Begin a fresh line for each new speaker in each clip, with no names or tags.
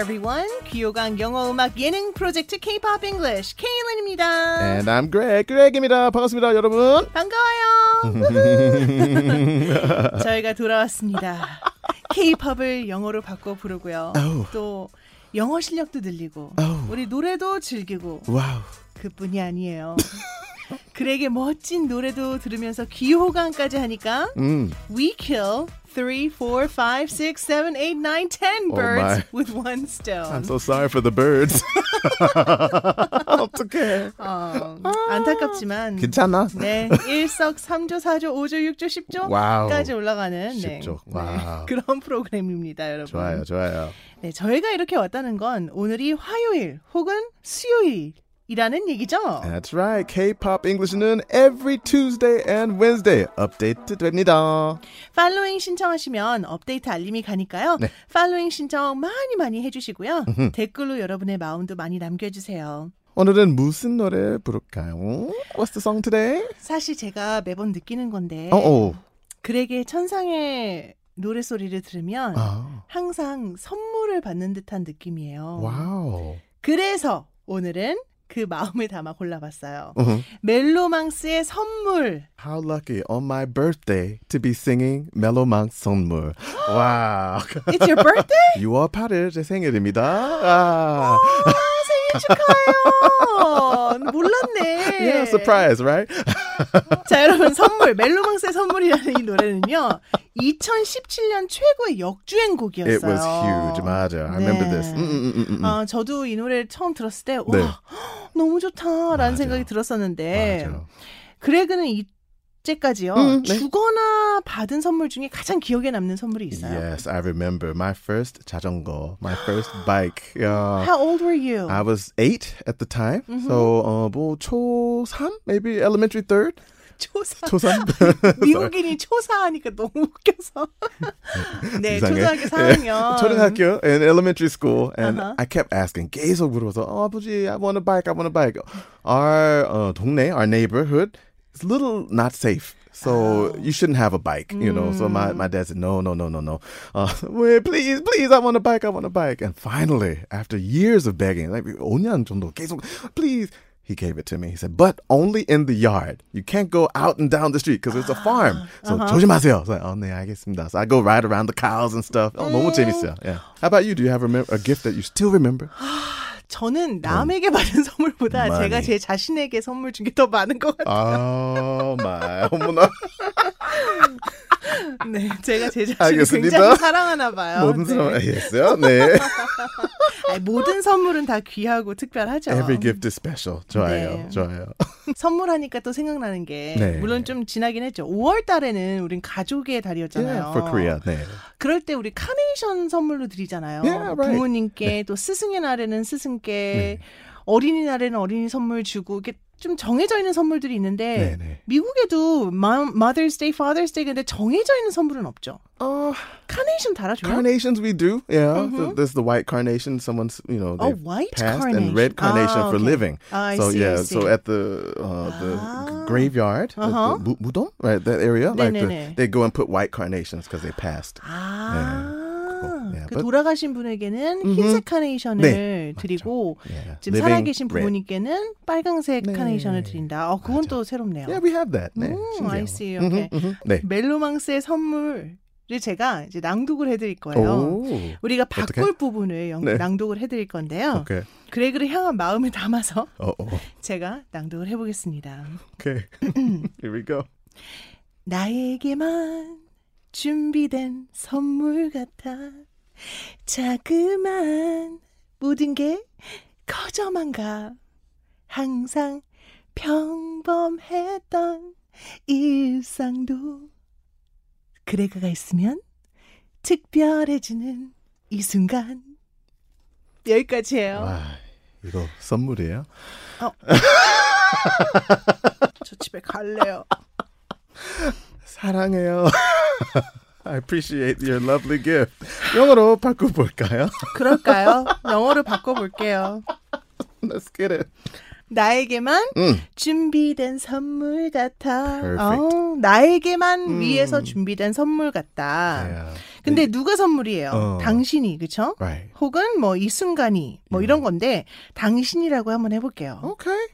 everyone. 귀요강 영어 음악 예능 프로젝트 K-pop English 케일린입니다.
And I'm Greg. Greg입니다. 반갑습니다, 여러분.
반가워요. 저희가 돌아왔습니다. K-pop을 영어로 바꿔 부르고요.
Oh.
또 영어 실력도 늘리고
Oh.
우리 노래도 즐기고
와우.
그뿐이 아니에요. 그에게 멋진 노래도 들으면서 귀호강까지 하니까
음.
We kill three, four, five, six, seven, eight, nine, ten
Oh,
birds
my.
with one stone.
I'm so sorry for the birds. 어떡해.
어, 안타깝지만
괜찮아?
네, 1석, 3조, 4조, 5조, 6조, 10조
와우.
까지 올라가는 네,
10조.
네,
와우.
그런 프로그램입니다, 여러분.
좋아요, 좋아요.
네, 저희가 이렇게 왔다는 건 오늘이 화요일 혹은 수요일이라는 얘기죠.
That's right. K-pop English는 every Tuesday and Wednesday 업데이트 됩니다.
팔로잉 신청하시면 업데이트 알림이 가니까요.
네.
팔로잉 신청 많이 많이 해주시고요. 댓글로 여러분의 마음도 많이 남겨주세요.
오늘은 무슨 노래 부를까요? What's the song today? Oh,
사실 제가 매번 느끼는 건데
어, 어.
그에게 천상의 노래 소리를 들으면
아.
항상 선물을 받는 듯한
Oh.
느낌이에요.
와우.
그래서 오늘은 그 마음을 담아 골라봤어요.
Uh-huh.
멜로망스의 선물.
How lucky on my birthday to be singing 멜로망 선물. 와우.
It's your birthday?
6월 8일 제 생일입니다.
아,
아.
생일 축하해요. 몰랐네.
Yeah, surprise, right?
자, 여러분 선물 멜로망스의 선물이라는 이 노래는요. 2017년 최고의 역주행곡이었어요.
It was
oh,
huge. 맞아. I remember
네.
this. Mm, 음, 음, 음, 음, 음.
아, 저도 이 노래를 처음 들었을 때, 와,
네.
너무 좋다라는
맞아.
생각이 들었었는데,
맞아.
그레그는 이제까지요,
음, 네.
주거나 받은 선물 중에 가장 기억에 남는 선물이 있어요.
Yes, I remember my first 자전거, my first bike. Yeah.
How old were you?
I was eight at the time. So, uh, 뭐, 초3? Maybe elementary third?
초사.
초3?
미국인이 초사하니까 너무 웃겨서. 네,
이상해.
초등학교 4학년.
예. 초등학교 in elementary school and
Uh-huh.
I kept asking 계속 물어봐서 어, 아버지 I want a bike I want a bike our uh, 동네 our neighborhood is a little not safe
Oh.
so you shouldn't have a bike you know so my, my dad said no no no no no uh, wait please please I want a bike I want a bike and finally after years of begging like 5년 정도 계속 please he gave it to me. He said, "But only in the yard. You can't go out and down the street because it's a farm. So 조심하세요." I was like, "Oh, 네, 알겠습니다." So I go ride around the cows and stuff. Oh, 너무 재밌어요. Yeah. How about you? Do you have remem- a gift that you still remember?
저는 남에게 받은 선물보다
음. 많이.
제가 제 자신에게 선물 준 게 더 많은 것 같아요.
oh my, 어머나.
네, 제가 제 자신을
아. 알겠습니다.
굉장히 사랑하나 봐요.
모든
네.
사람 알겠어요. 네.
아니, 모든 선물은 다 귀하고 특별하죠.
Every gift is special. 좋아요,
네.
좋아요.
선물하니까 또 생각나는 게
네.
물론 좀 지나긴 했죠. 5월 달에는 우린 가족의 달이었잖아요.
Yeah, for Korea. 네.
그럴 때 우리 카네이션 선물로 드리잖아요.
Yeah, right. 네.
부모님께 또 스승의 날에는 스승께 어린이날에는 어린이 선물 주고 이게 좀 정해져 있는 선물들이 있는데
네, 네.
미국에도 마- Mother's Day, Father's Day 근데 정해져 있는 선물은 없죠.
Oh,
카네이션 달아줘요?
carnations we do. Yeah, so there's the white carnation. Someone's, you know,
어,
they've
white
past
carnation.
네. and red carnation
아,
for
Oh, okay.
living.
I
so
see, I
yeah,
see.
so at the uh, the
Ah.
g- graveyard, at
Uh-huh.
the mu- mudon, right? That area,
네,
like
네,
the,
네.
they go and put white carnations because they passed.
아,
그거. 예,
그
but-
돌아가신 분에게는
음흠.
흰색 카네이션을
네,
드리고
Yeah,
지금
living
살아계신
red.
부모님께는 빨강색
네.
카네이션을 드린다. 어, 그건
맞아.
또 새롭네요.
Yeah, we have that. 네,
음,
신기해요.
I see.
Mhm,
Okay.
mhm. 네.
멜로망스의 선물을 제가 이제 낭독을 해드릴 거예요.
오.
우리가 바꿀
어떡해?
부분을 영-
네.
낭독을 해드릴 건데요.
Okay.
그레그를 향한 마음을 담아서
Oh, oh.
제가 낭독을 해보겠습니다.
Okay. Here we go.
나에게만 준비된 선물 같아 자그만 모든 게 커져만 가 항상 평범했던 일상도 그레그가 있으면 특별해지는 이 순간 여기까지예요
와, 이거 선물이에요?
저 집에 갈래요
사랑해요. I appreciate your lovely gift. 영어로 바꿔볼까요?
그럴까요? 영어로 바꿔볼게요
Let's get it.
나에게만
Mm.
준비된 선물 같아.
Perfect.
어, 나에게만
음.
위해서 준비된 선물 같다.
Yeah. 네.
근데 누가 선물이에요?
어.
당신이 그쵸?
Right.
혹은 뭐 이 순간이 뭐 이런 건데 당신이라고 한번 해볼게요.
Okay.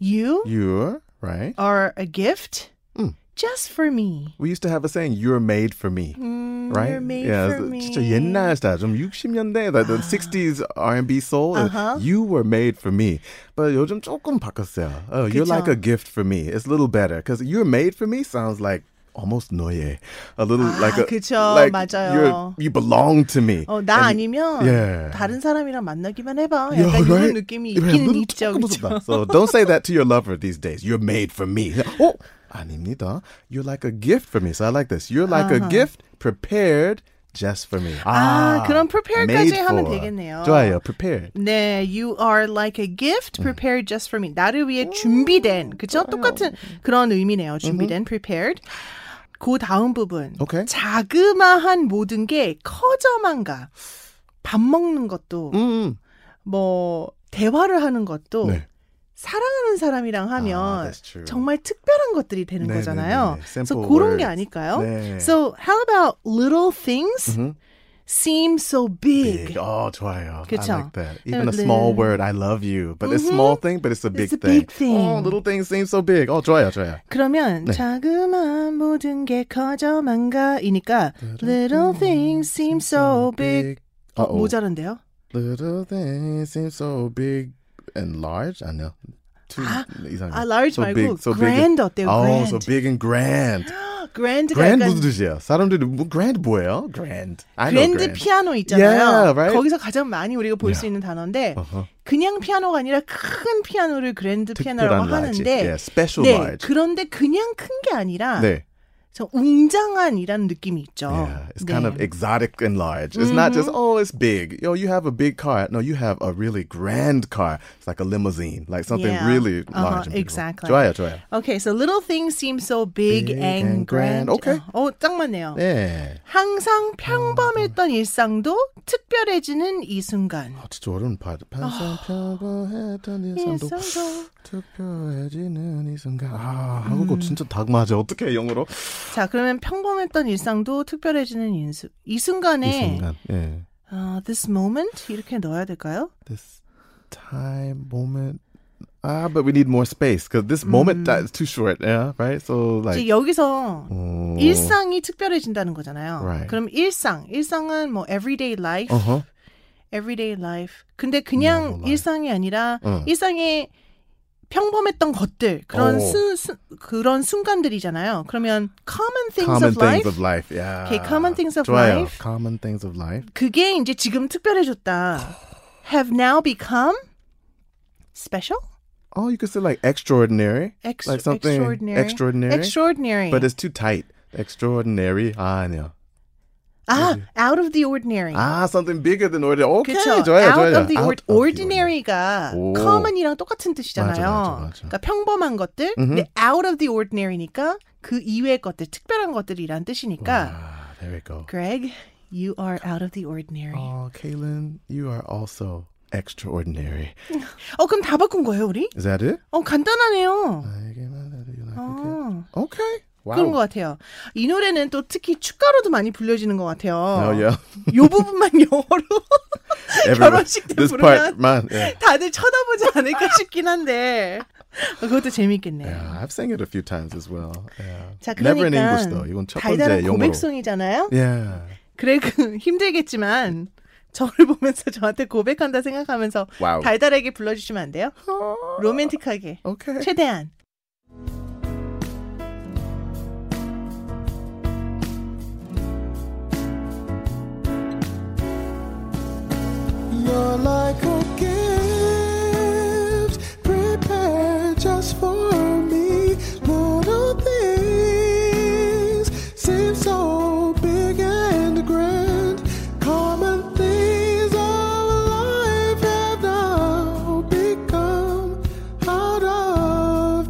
You
You're right.
are a gift
음.
just for me.
We used to have a saying, "You're made for me."
음, Mm,
Right?
You're made
yeah,
for
it's-
me.
진짜 옛날 스타일, 좀 60년대, like the 60s R&B soul. uh,
Uh-huh.
You were made for me. But 요즘 조금 바꿨어요. Oh, you're
그쵸.
like a gift for me. It's a little better because you're made for me sounds like almost 너예. A little
아,
like a
그쵸.
like
맞아요.
you're- you belong to me.
어, 나
And-
아니면
예.
다른 사람이랑 만나기만 해봐. 약간
Yeah,
이런
right?
느낌이
Yeah,
있기는
little
있죠.
조금
그쵸?
있다. So don't say that to your lover these days. You're made for me. Oh, 아닙니다. You're like a gift for me. So I like this. You're like
Uh-huh.
a gift prepared just for me. Ah,
아, 그럼 prepared까지
made
하면
for.
되겠네요.
좋아요. Prepared.
네, you are like a gift
음.
prepared just for me. 나를 위해 준비된, 그죠? 똑같은 그런 의미네요. 준비된, prepared. 그 다음 부분.
Okay.
자그마한 모든 게 커져만가. 밥 먹는 것도,
음.
뭐, 대화를 하는 것도,
네.
사랑하는 사람이랑 하면
아, that's true.
정말 특별한 것들이 되는
네,
거잖아요.
네, 네, 네.
그래서
Simple
그런 게
words.
아닐까요?
네.
So, how about little things seem so big?
Big. Oh, 좋아요.
그쵸?
I like that. Even a
네.
small word, I love you. But it's a small thing, but it's a big
Mm-hmm. It's a
thing.
big thing.
Oh, little things seem so big. Oh, 좋아요, 좋아요. 네.
그러면 자그마한 모든 게 커져만가이니까 little things seem so big. 어,
Uh-oh.
모자란데요?
Little things seem so big and large. I know. Too, 이상해.
아, large
so
말고
big, so
grand
big
어때요?
and, Oh,
grand.
so big and grand.
grand가
grand 무슨
약간
뜻이야? 사람들이 뭐 grand 뭐예요? Grand. I know
그랜드
grand.
피아노 있잖아요.
Yeah, right?
거기서 가장 많이 우리가 볼 수 있는 단어인데
Uh-huh.
그냥 피아노가 아니라 큰 피아노를 그랜드 피아노라고
특별한 large.
하는데
Yeah, special
네,
large.
그런데 그냥 큰 게 아니라
네.
저 웅장한이라는 느낌이 있죠.
Yeah, it's
네.
kind of exotic and large. It's not just oh, it's big. Yo, you have a big car. No, you have a really grand car. It's like a limousine, like something
Yeah.
really
Uh-huh,
large. and beautiful.
exactly.
좋아요, 좋아요.
Okay, so little things seem so big,
Big
and
and grand.
grand.
Okay.
어, 딱 맞네요.
네.
항상 평범했던 일상도 특별해지는 이 순간.
아, 진짜 어려운 파트. 반상 평범했던 일상도
일상도.
특별해지는 이 순간. 아, 한국어 진짜 딱 맞아. 어떻게 영어로?
자, 그러면 평범했던 일상도 특별해지는 인수, 이 순간에
이 순간. 예.
아, this moment 이렇게 넣어야 될까요?
This time moment. Ah, but we need more space because this moment that is too short. Yeah, right. So
이제
like.
여기서
어,
일상이 특별해진다는 거잖아요.
Right.
그럼 일상, 일상은 뭐 everyday life,
어허.
everyday life. 근데 그냥
Normal life.
일상이 아니라
응.
일상의 평범했던 것들 그런
오.
수, 수- 그런 순간들이잖아요. 그러면 common things
common
of life
things of life. Yeah.
Okay, common things of
좋아요.
life.
Common things of life.
그게 이제 지금 특별해졌다. Have now become special,
Oh, you could say like extraordinary.
Ex-
like something
extraordinary,
extraordinary.
extraordinary.
But it's too tight. Extraordinary. 아, 아니요.
아, out of the ordinary.
아, Ah, something bigger than ordinary. Okay,
그렇죠. Out
좋아요, 좋아요.
of the
Out
or-
of the
ordinary가
오.
common이랑 똑같은 뜻이잖아요.
맞아, 맞아, 맞아.
그러니까 평범한 것들, 근데 out of the ordinary니까 그 이외의 것들, 특별한 것들이란 뜻이니까.
Ah, there we go.
Greg, you are out of the ordinary.
Oh, Kaylin, you are also extraordinary.
어 그럼 다 바꾼 거예요 우리?
Is that it?
어 간단하네요.
나에게 말해도 you like a
어,
kid? Okay. Wow.
그런 것 같아요. 이 노래는 또 특히 축가로도 많이 불려지는 것 같아요.
Oh, yeah.
요 부분만 영어로
Everyone.
결혼식 때
This
부르면
part, man. Yeah.
다들 쳐다보지 않을까 싶긴 한데 어, 그것도 재밌겠네요.
Yeah, I've sang it a few times as well. Yeah.
자 그러니까
Never in English though. 이건 첫 번째
달달한
영어로. 예.
고백송이잖아요.
Yeah.
그래 그 힘들겠지만 저를 보면서 저한테 고백한다 생각하면서
와우.
달달하게 불러주시면 안 돼요? 로맨틱하게
Okay.
최대한.
You're like a gift prepared just for me. Little things seem so big and grand. Common things of life have now become out of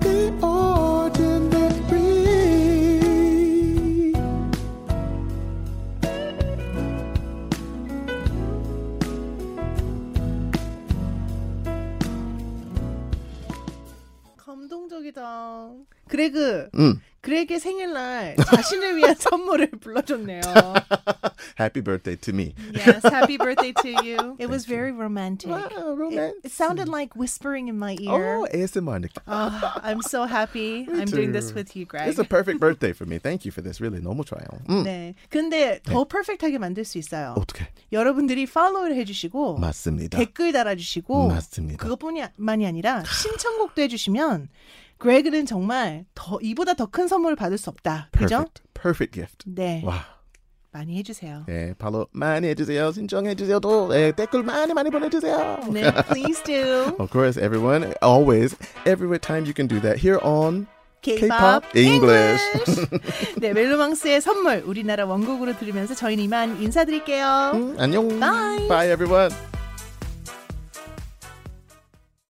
그레그
음.
그렉의 생일날 자신을 위한 선물을 불러줬네요.
Happy birthday to me.
Yes, happy birthday to you. It was very romantic.
Wow,
It, it
romance.
sounded like whispering in my ear.
Oh, ASMR. Nick.
Ah, I'm so happy. I'm doing this
too.
with you, Greg.
It's a perfect birthday for me. Thank you for this. Really, 너무 좋아요. 음.
네. 근데 더 퍼펙트하게 만들 수 있어요.
어떻게?
여러분들이 팔로우를
Oh.
해주시고
맞습니다. 음,
댓글 달아주시고
맞습니다.
그것뿐만이 아니라 신청곡도 해주시면 그레그는 정말 더 이보다 더 큰 선물을 받을 수 없다. 그죠?
Perfect. Perfect gift.
네.
와.
많이 해주세요.
네, 바로 많이 해주세요. 신청해주세요. 또 네, 댓글 많이 많이 보내주세요.
네, please do.
Of course, everyone, always, every time you can do that here on
K-pop
English.
네, 멜로망스의 선물 우리나라 원곡으로 들으면서 저희는 이만 인사드릴게요.
안녕.
Bye.
Bye, everyone.